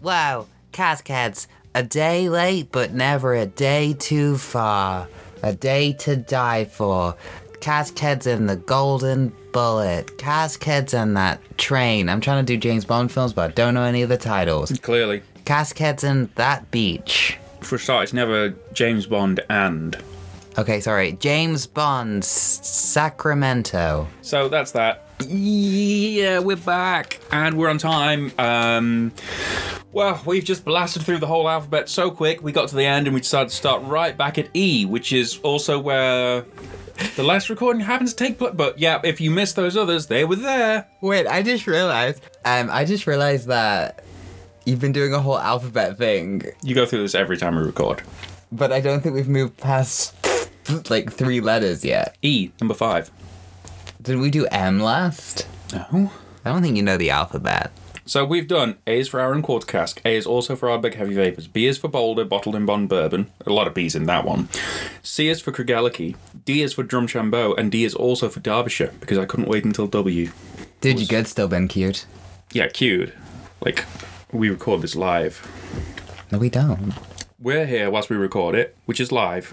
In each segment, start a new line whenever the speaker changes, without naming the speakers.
Wow, Cascades, a day late but never a day too far. A day to die for. Cascades and the Golden Bullet. Cascades and that train. I'm trying to do James Bond films, but I don't know any of the titles.
Clearly,
Cascades and that beach.
for a start, it's never James Bond and.
Okay, sorry. James Bond, S- Sacramento.
So that's that. Yeah, we're back and we're on time. Um, well, we've just blasted through the whole alphabet so quick. We got to the end and we decided to start right back at E, which is also where the last recording happens to take place. But yeah, if you missed those others, they were there.
Wait, I just realized. Um, I just realized that you've been doing a whole alphabet thing,
You go through this every time we record.
but I don't think we've moved past like three letters yet.
E, number five.
Did we do M last?
No.
I don't think you know the alphabet.
So we've done A is for Aaron Quarter Cask. A is also for our big heavy vapors. B is for Boulder, bottled in Bond bourbon. A lot of B's in that one. C is for Cragaliki. D is for Drumshambo, and D is also for Derbyshire because I couldn't wait until W.
Dude, you could still been cute.
Yeah, cued. Like we record this live.
No, we don't.
We're here whilst we record it, which is live.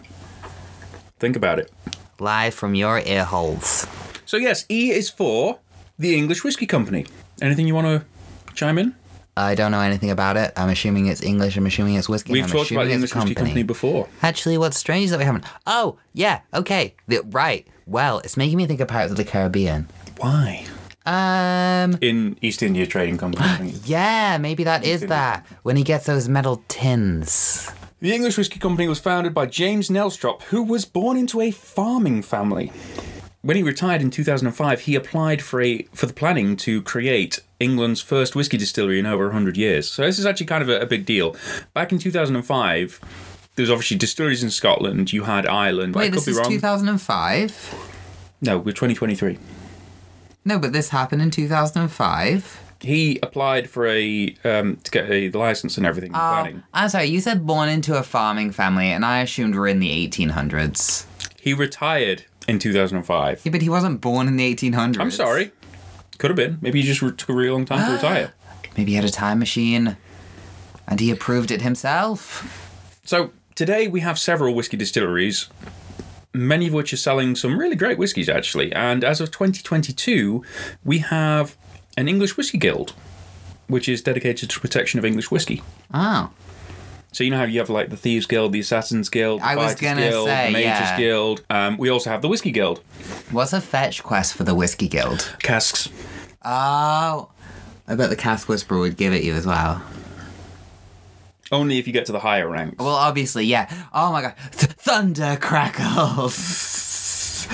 Think about it.
Live from your ear holes.
So yes, E is for the English Whiskey Company. Anything you want to chime in?
I don't know anything about it. I'm assuming it's English. I'm assuming it's whiskey.
We've
I'm
talked about the
assuming
English
it's
Whiskey Company before.
Actually, what's strange is that we haven't. Oh, yeah, okay, the, right. Well, it's making me think of Pirates of the Caribbean.
Why?
Um,
In East India Trading Company. I think.
yeah, maybe that is that when he gets those metal tins.
The English Whiskey Company was founded by James Nelstrop, who was born into a farming family. When he retired in 2005, he applied for, a, for the planning to create England's first whiskey distillery in over 100 years. So this is actually kind of a, a big deal. Back in 2005, there was obviously distilleries in Scotland. You had Ireland. I
Wait,
could
this
be
is
wrong.
2005.
No, we're 2023.
No, but this happened in 2005.
He applied for a um, to get a license and everything. and
Oh,
planning.
I'm sorry, you said born into a farming family, and I assumed we're in the 1800s.
He retired in 2005.
Yeah, but he wasn't born in the 1800s.
I'm sorry. Could have been. Maybe he just re- took a really long time to retire.
Maybe he had a time machine, and he approved it himself.
So today we have several whiskey distilleries, many of which are selling some really great whiskies actually. And as of 2022, we have an English Whiskey Guild, which is dedicated to protection of English whiskey.
Oh.
So you know how you have like the Thieves Guild, the Assassins Guild, the
I was
Fighters
gonna
Guild,
say,
the Majors
yeah.
Guild. Um, we also have the Whiskey Guild
What's a fetch quest for the Whiskey Guild?
casks.
Oh, I bet the Cask Whisperer would give it you as well.
Only if you get to the higher ranks.
Well, obviously, yeah. Oh my god. Th- thunder crackles!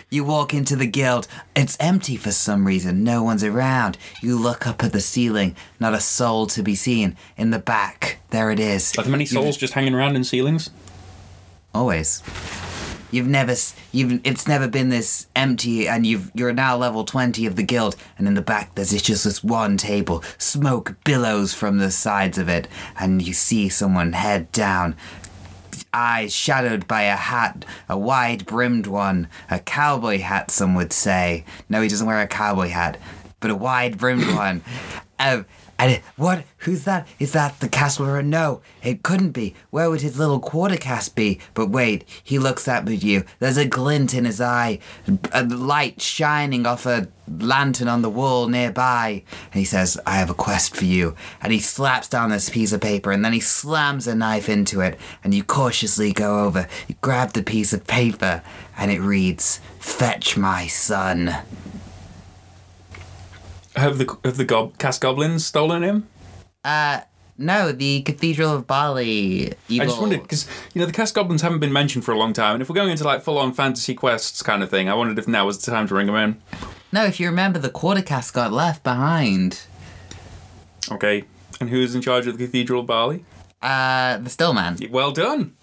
you walk into the guild. It's empty for some reason. No one's around. You look up at the ceiling. Not a soul to be seen. In the back, there it is.
Are there many souls just hanging around in ceilings?
Always. You've never, s- you've, it's never been this empty, and you've, you're now level 20 of the guild, and in the back there's just this one table. Smoke billows from the sides of it, and you see someone head down, eyes shadowed by a hat, a wide brimmed one, a cowboy hat, some would say. No, he doesn't wear a cowboy hat, but a wide brimmed one. Um, and it, what? Who's that? Is that the Castlera? No, it couldn't be. Where would his little quarter cast be? But wait, he looks up at you. There's a glint in his eye, a light shining off a lantern on the wall nearby. And he says, I have a quest for you. And he slaps down this piece of paper and then he slams a knife into it. And you cautiously go over, you grab the piece of paper, and it reads, Fetch my son.
Have the have the gob- cask goblins stolen him?
Uh, no, the Cathedral of Bali. Evil.
I just wondered because you know the cast goblins haven't been mentioned for a long time, and if we're going into like full-on fantasy quests kind of thing, I wondered if now was the time to ring them in.
No, if you remember, the quarter cast got left behind.
Okay, and who's in charge of the Cathedral of Barley?
Uh, the Stillman.
Well done.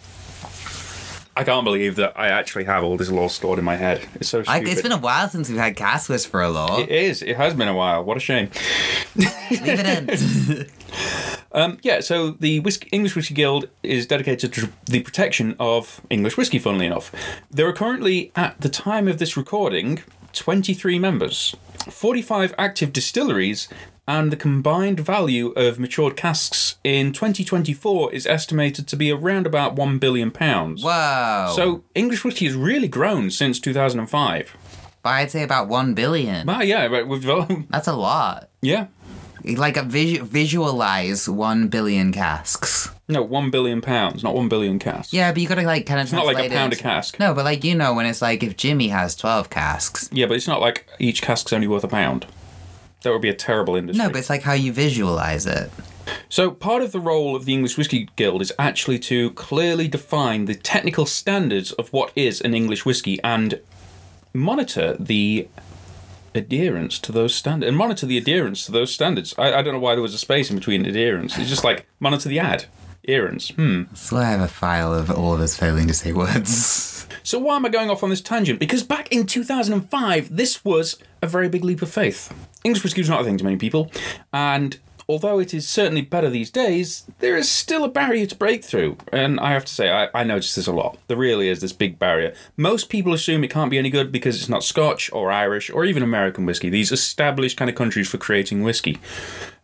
I can't believe that I actually have all this lore stored in my head. It's so
I,
stupid.
it's been a while since we've had Cast Whisperer a lot.
it is. It has been a while. What a shame.
Leave it in.
Um, yeah, so the Whisk English Whisky Guild is dedicated to the protection of English whisky, funnily enough. There are currently, at the time of this recording, 23 members, 45 active distilleries, and the combined value of matured casks in 2024 is estimated to be around about 1 billion pounds.
Whoa.
So English whisky has really grown since 2005.
but I'd say about 1 billion.
Ah, yeah, but we've
That's a lot.
yeah.
Like a visu- visualize 1 billion casks.
No, 1 billion pounds, not 1 billion casks.
Yeah, but you gotta like kind of
not like a
translate
pound
it.
a cask.
No, but like you know when it's like if Jimmy has 12 casks.
Yeah, but it's not like each cask's only worth a pound. That would be a terrible industry.
No, but it's like how you visualize it.
So, part of the role of the English Whisky Guild is actually to clearly define the technical standards of what is an English whisky and monitor the adherence to those standards. And monitor the adherence to those standards. I, I don't know why there was a space in between adherence. It's just like monitor the ad. Adherence. Hmm.
So I have a file of all of us failing to say words.
So, why am I going off on this tangent? Because back in 2005, this was a very big leap of faith. English whiskey was not a thing to many people, and although it is certainly better these days, there is still a barrier to breakthrough. And I have to say, I, I notice this a lot. There really is this big barrier. Most people assume it can't be any good because it's not Scotch or Irish or even American whiskey, these established kind of countries for creating whiskey.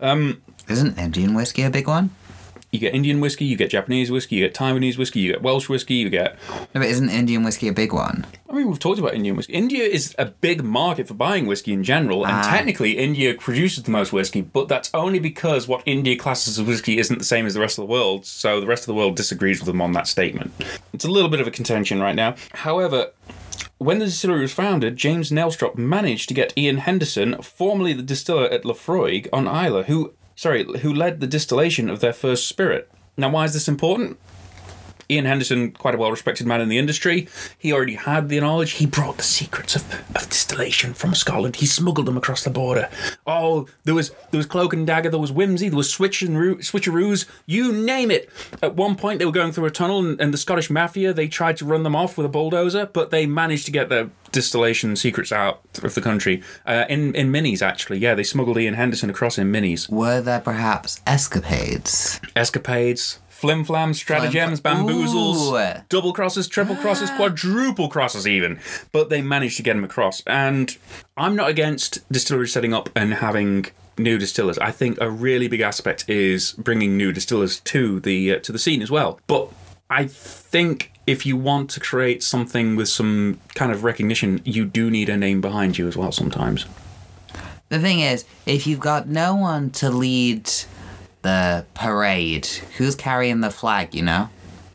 Isn't Indian whiskey a big one?
You get Indian whiskey, you get Japanese whiskey, you get Taiwanese whiskey, you get Welsh whiskey, you get
No, but isn't Indian whiskey a big one?
I mean, we've talked about Indian whiskey. India is a big market for buying whiskey in general, and technically, India produces the most whiskey, but that's only because what India classes as whiskey isn't the same as the rest of the world, so the rest of the world disagrees with them on that statement. It's a little bit of a contention right now. However, when the distillery was founded, James Nelstrop managed to get Ian Henderson, formerly the distiller at Lafroig on Isla, who sorry, who led the distillation of their first spirit. Now, why is this important? Ian Henderson, quite a well respected man in the industry. He already had the knowledge. He brought the secrets of, of distillation from Scotland. He smuggled them across the border. Oh, there was there was cloak and dagger, there was whimsy, there was switch and roo- switcheroos, you name it. At one point, they were going through a tunnel, and, and the Scottish mafia they tried to run them off with a bulldozer, but they managed to get their distillation secrets out of the country uh, in in minis. Actually, yeah, they smuggled Ian Henderson across in minis,
Were there perhaps escapades?
escapades. Flim flam, stratagems, bamboozles,
Ooh.
double crosses, triple crosses, quadruple crosses, even. But they managed to get him across. And I'm not against distilleries setting up and having new distillers. I think a really big aspect is bringing new distillers to the uh, to the scene as well. But I think if you want to create something with some kind of recognition, you do need a name behind you as well sometimes.
The thing is, if you've got no one to lead the parade, who's carrying the flag, you know?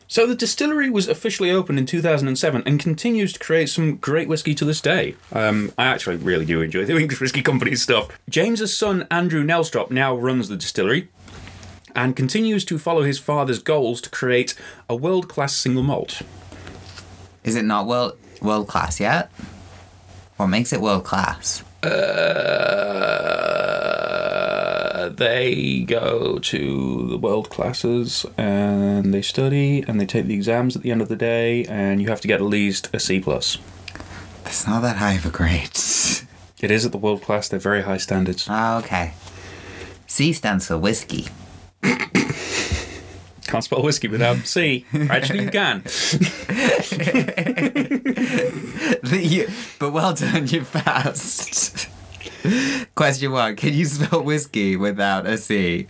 So the distillery was officially opened in 2007 and continues to create some great whiskey to this day. Um, I actually really do enjoy the English Whiskey Company stuff. James's son Andrew Nelstrop now runs the distillery and continues to follow his father's goals to create a world-class single malt.
Is it not world world class yet? What makes it world class?
Uh, they go to the world classes and they study and they take the exams at the end of the day and you have to get at least a C plus.
It's not that high of a grade.
It is at the world class; they're very high standards.
oh, okay. C stands for whiskey.
Can't spell whiskey without C. Actually, you can.
You- but well done, you fast. Question one: Can you spell whiskey without a C?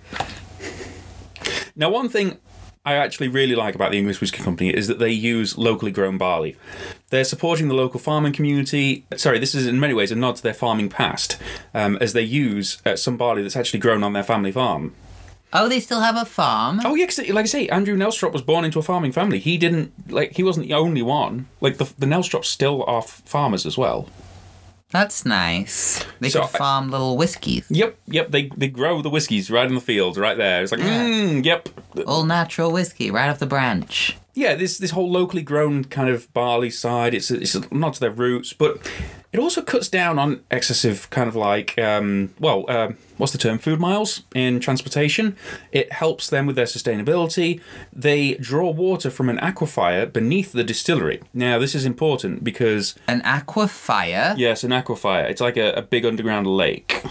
Now, one thing I actually really like about the English Whiskey Company is that they use locally grown barley. They're supporting the local farming community. Sorry, this is in many ways a nod to their farming past, um, as they use uh, some barley that's actually grown on their family farm.
Oh, they still have a farm.
Oh yeah, 'cause like I say, Andrew Nelstrop was born into a farming family. He didn't like he wasn't the only one. Like the the Nelstrops still are f- farmers as well.
That's nice. They
So
could
I-
farm little whiskies,
Yep, yep. They they grow the whiskies right in the fields, right there. It's like,
Yeah.
mm, yep.
all natural whiskey, right off the branch.
yeah, this this whole locally grown kind of barley side, it's it's not to their roots, but it also cuts down on excessive kind of like um, well, um what's the term? Food miles in transportation. It helps them with their sustainability. They draw water from an aquifer beneath the distillery. Now, this is important because
An aquifer.
yes, an aquifer. It's like a, a big underground lake.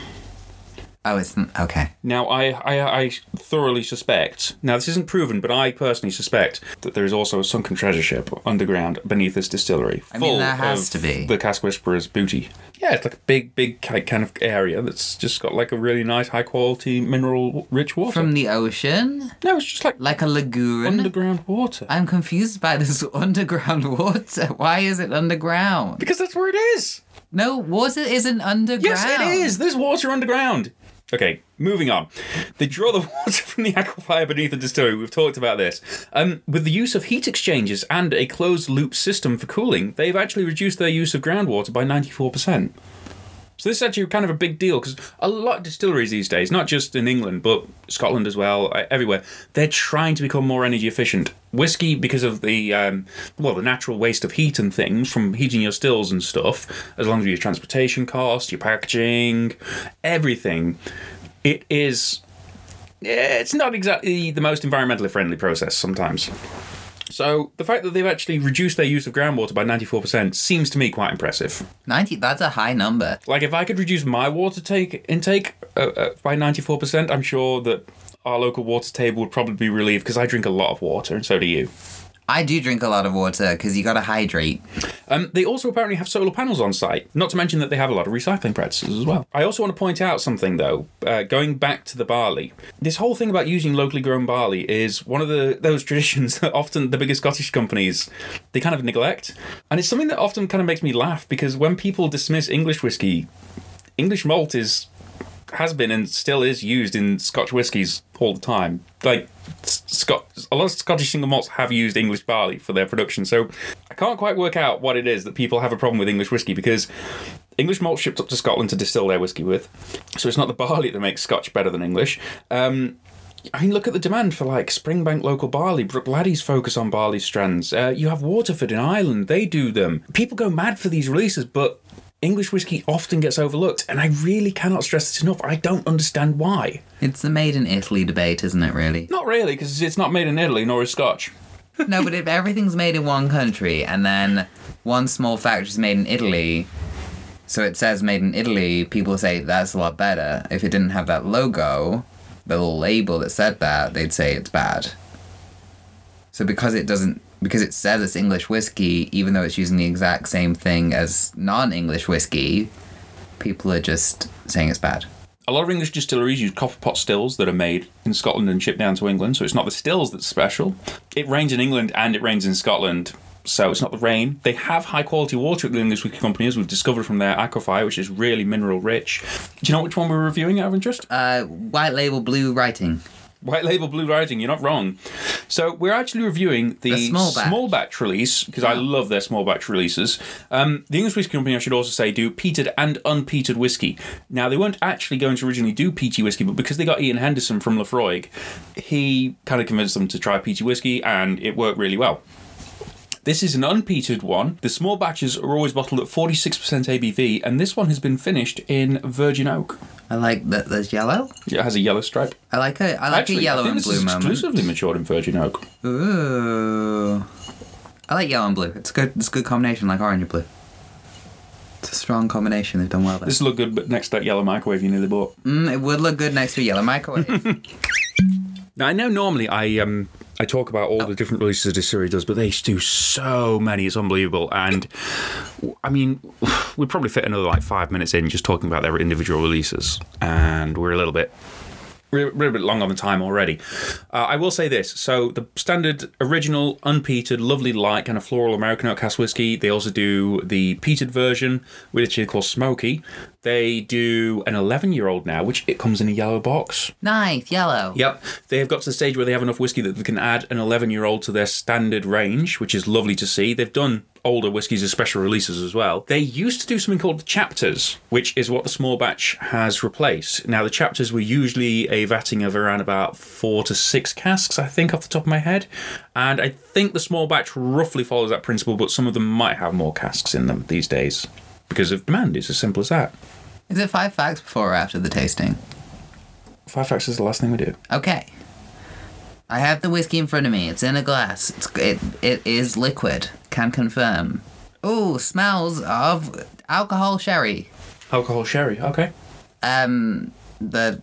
Oh, it's n- okay.
Now, I, I, I thoroughly suspect, now this isn't proven, but I personally suspect that there is also a sunken treasure ship underground beneath this distillery. I
mean, there has to be.
The Cask Whisperer's booty. Yeah, it's like a big, big ki- kind of area that's just got like a really nice, high quality, mineral rich water.
From the ocean?
no, it's just like
Like a lagoon?
underground water.
I'm confused by this underground water. Why is it underground?
because that's where it is.
No, water isn't underground.
Yes, it is. There's water underground. Okay, moving on. They draw the water from the aquifer beneath the distillery. We've talked about this. Um, with the use of heat exchangers and a closed loop system for cooling, they've actually reduced their use of groundwater by 94%. So this is actually kind of a big deal because a lot of distilleries these days, not just in England but Scotland as well, uh, everywhere, they're trying to become more energy efficient. Whiskey, because of the um, well, the natural waste of heat and things from heating your stills and stuff, as long as your transportation costs, your packaging, everything, it is. yeah, It's not exactly the most environmentally friendly process sometimes. So the fact that they've actually reduced their use of groundwater by 94% seems to me quite impressive.
90, that's a high number.
Like if I could reduce my water take intake uh, uh, by ninety four percent, I'm sure that our local water table would probably be relieved because I drink a lot of water, and so do you.
I do drink a lot of water because you gotta hydrate.
Um, they also apparently have solar panels on site, not to mention that they have a lot of recycling practices as well. I also want to point out something though, uh, going back to the barley. This whole thing about using locally grown barley is one of the those traditions that often the bigger Scottish companies they kind of neglect, and it's something that often kind of makes me laugh because when people dismiss English whiskey, English malt is has been and still is used in Scotch whiskies all the time. Like S- Scot, a lot of Scottish single malts have used English barley for their production. So I can't quite work out what it is that people have a problem with English whiskey because English malt shipped up to Scotland to distill their whiskey with. So it's not the barley that makes Scotch better than English. Um, I mean, look at the demand for like Springbank local barley. Brookladdy's focus on barley strands. Uh, you have Waterford in Ireland; they do them. People go mad for these releases, but English whiskey often gets overlooked, and I really cannot stress this enough. I don't understand why.
It's the made in Italy debate, isn't it, really?
Not really, because it's not made in Italy nor is Scotch.
no, but if everything's made in one country and then one small factory's made in Italy, so it says made in Italy, people say that's a lot better. If it didn't have that logo, the little label that said that, they'd say it's bad. So because it doesn't because it says it's English whiskey, even though it's using the exact same thing as non English whiskey, people are just saying it's bad.
A lot of English distilleries use copper pot stills that are made in Scotland and shipped down to England, so it's not the stills that's special. It rains in England and it rains in Scotland, so it's not the rain. They have high quality water at the English Wiki Company, as we've discovered from their aquifer, which is really mineral rich. Do you know which one we're reviewing out of interest?
Uh, white label blue writing.
White label blue writing, you're not wrong. So we're actually reviewing the,
The small batch.
batch release because I love their small batch releases. Um, the English whiskey company, I should also say, do peated and unpeated whiskey. Now they weren't actually going to originally do peaty whiskey, but because they got Ian Henderson from Lafroig, he kind of convinced them to try peaty whiskey, and it worked really well. This is an unpeated one. The small batches are always bottled at 46% ABV, and this one has been finished in virgin oak.
I like that there's yellow.
It has a yellow stripe.
I like a I like a yellow
I think
and
this
blue
is
moment.
exclusively matured in virgin oak.
Ooh. I like yellow and blue. It's a good it's a good combination like orange and blue. It's a strong combination, they've done well there.
This will look good, but next to that yellow microwave you nearly bought.
Mm, it would look good next to a yellow microwave.
Now I know normally I um I talk about all the different releases a distillery does, but they do so many, it's unbelievable. And I mean, we'd probably fit another like five minutes in just talking about their individual releases, and we're a little bit. We're a little bit long on the time already. Uh, I will say this: so the standard, original, unpeated, lovely light kind of floral American oak cask whiskey. They also do the peated version, which is called smoky. They do an eleven-year-old now, which it comes in a yellow box.
nice, yellow.
Yep. They have got to the stage where they have enough whiskey that they can add an 11 year old to their standard range, which is lovely to see. They've done older whiskies as special releases as well. They used to do something called the chapters, which is what the small batch has replaced. Now, the chapters were usually a vatting of around about four to six casks, I think, off the top of my head. And I think the small batch roughly follows that principle, but some of them might have more casks in them these days because of demand. It's as simple as that.
Is it five facts before or after the tasting?
Five facts is the last thing we do.
Okay. I have the whiskey in front of me. It's in a glass. It's it it is liquid. Can confirm. Ooh, smells of alcohol sherry.
Alcohol sherry, okay.
um the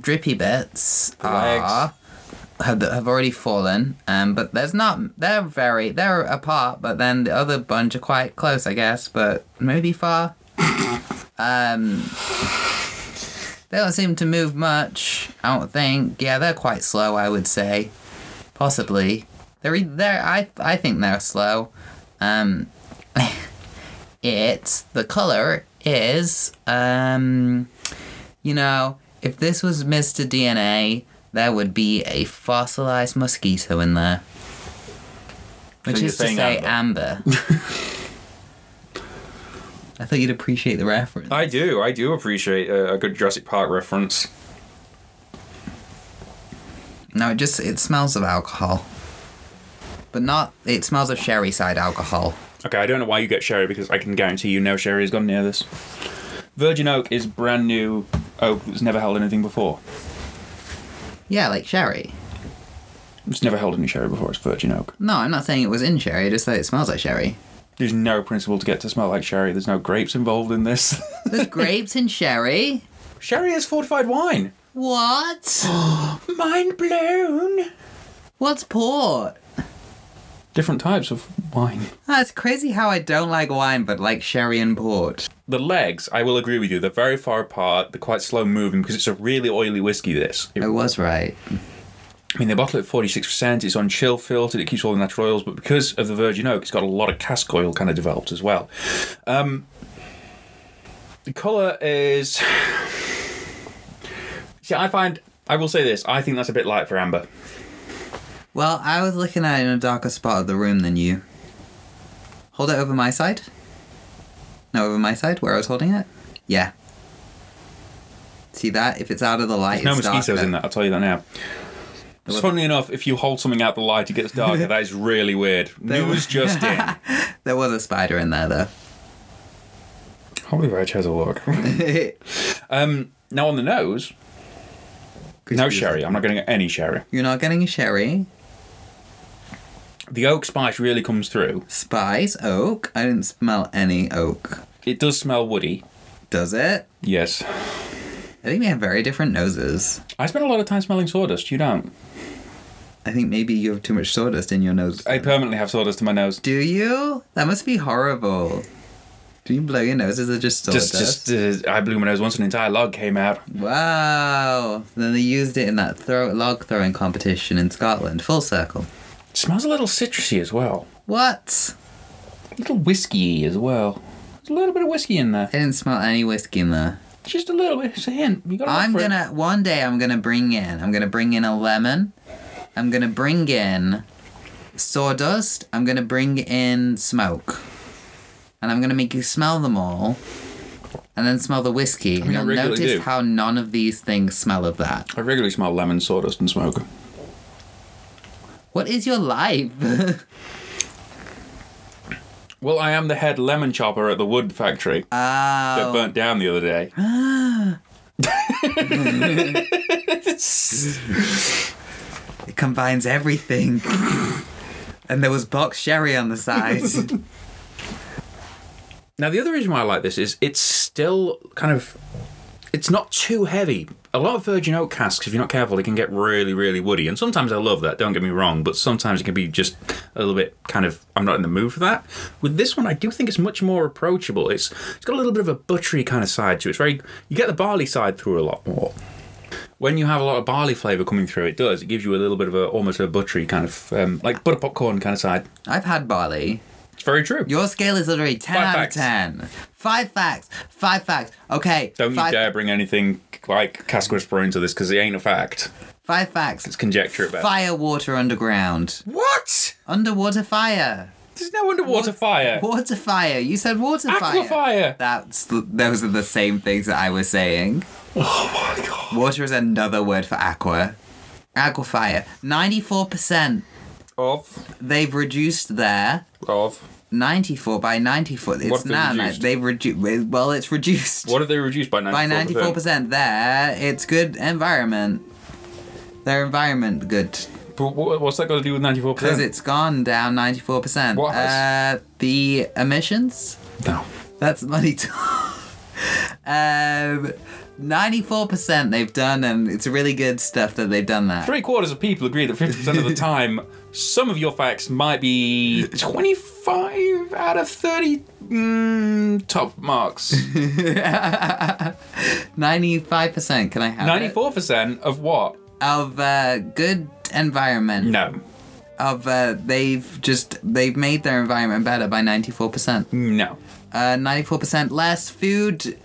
drippy bits
legs.
are have, have already fallen, um, but there's not. They're very they're apart, but then the other bunch are quite close, I guess, but maybe far. um, they don't seem to move much. I don't think. Yeah, they're quite slow. I would say, possibly. They're e- they're I I think they're slow. Um, it's the color is um you know if this was mr dna there would be a fossilized mosquito in there which
you're
is to
saying
say amber, i thought you'd appreciate the reference
I do. I do appreciate a, a good Jurassic Park reference.
no it just it smells of alcohol but not it smells of sherry side alcohol
Okay, I don't know why you get sherry because I can guarantee you no sherry has gone near this. Virgin oak is brand new oak that's never held anything before.
yeah like sherry
It's never held any sherry before. It's virgin oak.
no i'm not saying it was in sherry i just said it smells like sherry
There's no principle to get to smell like sherry. There's no grapes involved in this.
there's grapes in sherry
sherry is fortified wine.
what
Mind blown.
What's port?
Different types of wine.
Ah, it's crazy how I don't like wine, but like sherry and port.
The legs, I will agree with you. They're very far apart. They're quite slow moving because it's a really oily whiskey. This. It
I was right.
I mean, they bottle it at 46%. It's on chill filtered. It keeps all the natural oils, but because of the virgin oak, it's got a lot of cask oil kind of developed as well. Um, the colour is. See, I find. I will say this. I think that's a bit light for amber.
Well, I was looking at it in a darker spot of the room than you. Hold it over my side. No, over my side, where I was holding it. Yeah. See that? If it's out of the light,
No
it's
mosquitoes
darker.
in that. I'll tell you that now. Funnily enough, if you hold something out the light, it gets darker. that is really weird.
There
News just in.
There was a spider in there, though.
Holy Rage has a look. um, now on the nose, no sherry. I'm not going to get any sherry.
You're not getting sherry,
The oak spice really comes through.
spice, oak. I didn't smell any oak.
It does smell woody.
Does it?
Yes.
I think they have very different noses.
I spend a lot of time smelling sawdust. You don't.
I think maybe you have too much sawdust in your nose.
I permanently have sawdust in my nose.
Do you? That must be horrible. Do you blow your noses or just sawdust?
Just, just, uh, I blew my nose once. An entire log came out.
Wow. Then they used it in that throw- log throwing competition in Scotland. Full circle.
It smells a little citrusy as well.
What?
A little whiskey as well. There's a little bit of whiskey in there.
I didn't smell any whiskey in there.
Just a little bit. It's a hint. You got
I'm gonna one day I'm gonna bring in I'm gonna bring in a lemon. I'm gonna bring in sawdust. I'm gonna bring in smoke. And I'm gonna make you smell them all. And then smell the whiskey. And
mean, I
you'll
regularly
notice
do.
how none of these things smell of that.
I regularly smell lemon, sawdust, and smoke.
What is your life?
Well, I am the head lemon chopper at the wood factory that
Oh.
burnt down the other day.
it combines everything. and there was box sherry on the side.
Now, the other reason why I like this is it's still kind of. It's not too heavy. A lot of virgin oak casks, if you're not careful, they can get really, really woody. And sometimes I love that, don't get me wrong, but sometimes it can be just a little bit kind of, I'm not in the mood for that. With this one, I do think it's much more approachable. It's It's got a little bit of a buttery kind of side to it. It's very. You get the barley side through a lot more. When you have a lot of barley flavour coming through, it does. It gives you a little bit of a almost a buttery kind of um, like butter popcorn kind of side.
I've had barley.
It's very true.
Your scale is literally 10
Five
out
facts.
of 10. Five facts. Five facts. Okay.
Don't you
five,
dare bring anything like Cask Whisperer into this because it ain't a fact.
Five facts.
It's conjecture at best.
Fire water underground.
What?
Underwater fire.
There's no underwater fire.
Water fire. You said water
Aqua fire.
That's those are the same things that I was saying.
Oh my god.
Water is another word for aqua. Aqua fire. 94%.
Of.
They've reduced their
Of.
94 by 94. It's
What they
now
reduced?
they've reduced. Well, it's reduced.
What have they reduced by 94%?
by 94% there it's good environment their environment good
But wha- what's that got to do with 94%?
because it's gone down 94%
What
uh,
has-
the emissions
No.
that's money to Um, 94% they've done, and it's really good stuff that they've done that.
Three quarters of people agree that 50% of the time, some of your facts might be 25 out of 30 mm, top marks.
95%, can I have it?
94% of what?
Of uh, good environment.
No.
Of uh, they've just they've made their environment better by 94%.
No.
Uh, 94% less food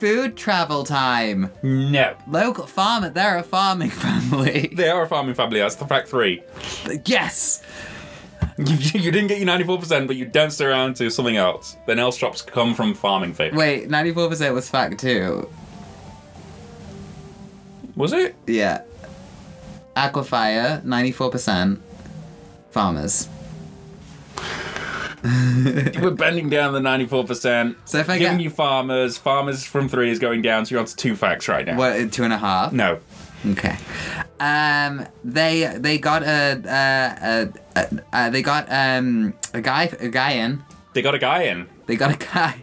food travel time.
No.
Local farmer, they're a farming family.
They are a farming family. That's the fact three.
yes.
You, you didn't get your 94%, but you danced around to something else. Then else drops come from farming favor.
Wait, 94% was fact too.
Was it?
Yeah. Aquafire, 94%. Farmers.
We're bending down the 94%.
So if I
giving
get-
you farmers, farmers from three is going down, so you're on to two facts right now.
What, two and a half?
No.
Okay. Um, they they got a, uh, a, a, a, a they got um a guy a guy in.
They got a guy in.
They got a guy.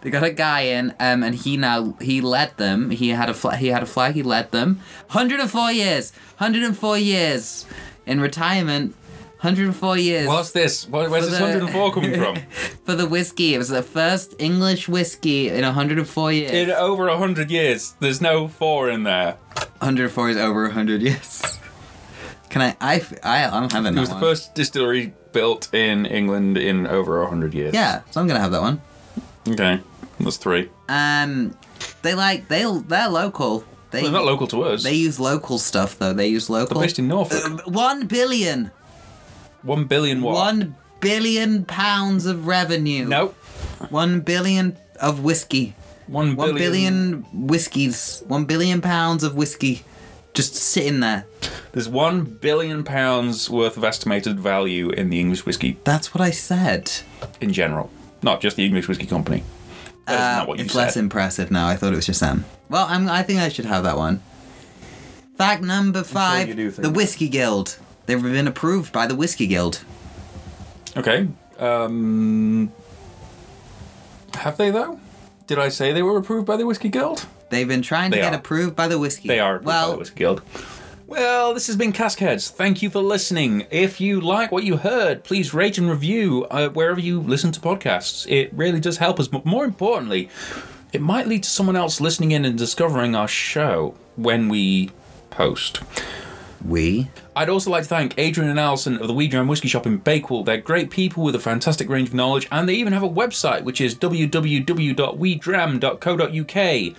they got a guy in. Um, and he now he led them. He had a fl- he had a flag. He led them. Hundred and four years. Hundred and four years in retirement. Hundred and four years.
What's this? Where- Where's
For
this
the-
104 coming from?
For the whiskey, it was the first English whiskey in 104 years.
In over 100 years, there's no four in there.
104 is over 100 years. Can I? I, I I'm having that
It was the
one.
first distillery built in England in over 100 years.
Yeah, so I'm gonna have that one.
Okay. That's three.
Um, they like they they're local. They
They're not local to us.
they use local stuff though. They use
They're
local.
based in Norfolk.
One billion.
One billion what?
One billion pounds of revenue.
Nope.
One billion of whiskey.
One
One billion whiskies. One billion pounds of whiskey, just sitting there.
There's one billion pounds worth of estimated value in the English whiskey
That's what I said.
in general, not just the English whiskey company. That is
Uh,
not what you
it's
said.
less impressive now. I thought it was just Sam. Well, I'm, I think I should have that one. Fact number five:
you do think
the
that.
Whiskey Guild. They've been approved by the Whiskey Guild.
okay. Um, have they though? Did I say they were approved by the Whiskey Guild?
They've been trying
They
to get
are.
approved by the Whiskey.
They are approved
Well,
by the Whiskey Guild. Well, this has been Caskheads. Thank you for listening. If you like what you heard, please rate and review uh, wherever you listen to podcasts. It really does help us. But more importantly, it might lead to someone else listening in and discovering our show when we post.
we
I'd also like to thank Adrian and Alison of the Weed Jam Whiskey Shop in Bakewell. They're great people with a fantastic range of knowledge, and they even have a website which is www.weedram.co.uk.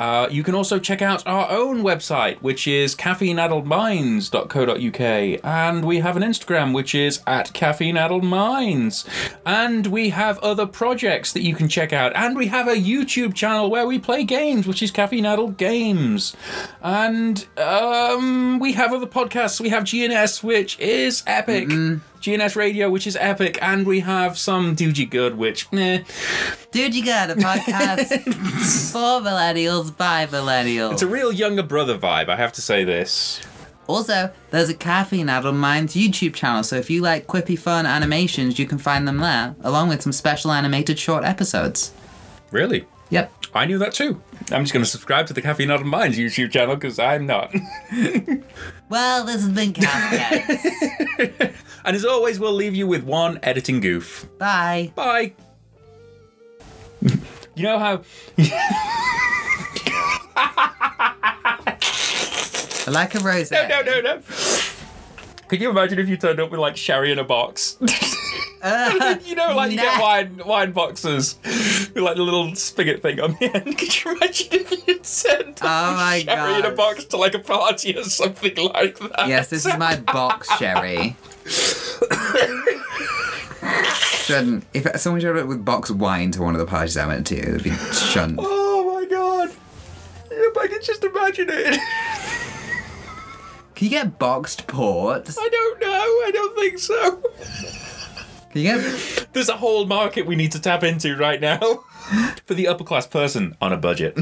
Uh, you can also check out our own website, which is caffeineaddledminds.co.uk, and we have an Instagram, which is at caffeineaddledminds, and we have other projects that you can check out, and we have a YouTube channel where we play games, which is Caffeine Addled Games, and um, we have other podcasts. We have GNS, which is epic. GNS Radio, which is epic, and we have some Doogie Good, which eh,
dude, you got a podcast for millennials by millennials.
it's a real younger brother vibe. I have to say this.
also, there's a Caffeine Addle Minds YouTube channel, so if you like quippy fun animations, you can find them there, along with some special animated short episodes.
Really?
Yep.
I knew that too. I'm just going to subscribe to the Caffeine Out of Minds YouTube channel because I'm not.
Well, this has been Caffeine.
and as always, we'll leave you with one editing goof.
Bye.
Bye. you know how.
I like a rose.
No, no, no, no. Could you imagine if you turned up with like sherry in a box? you know, like you get
Uh-huh. nah.
wine wine boxes with like the little spigot thing on the end. Could you imagine if you turned up
Oh
with
my
sherry in a
gosh.
box to like a party or something like that?
Yes, this is my box, Sherry. Shouldn't. If someone showed up with box wine to one of the parties I went to, it'd be shunned.
Oh my god! If I could just imagine it.
Can you get boxed port?
I don't know. I don't think so.
Can you get?
There's a whole market we need to tap into right now for the upper class person on a budget.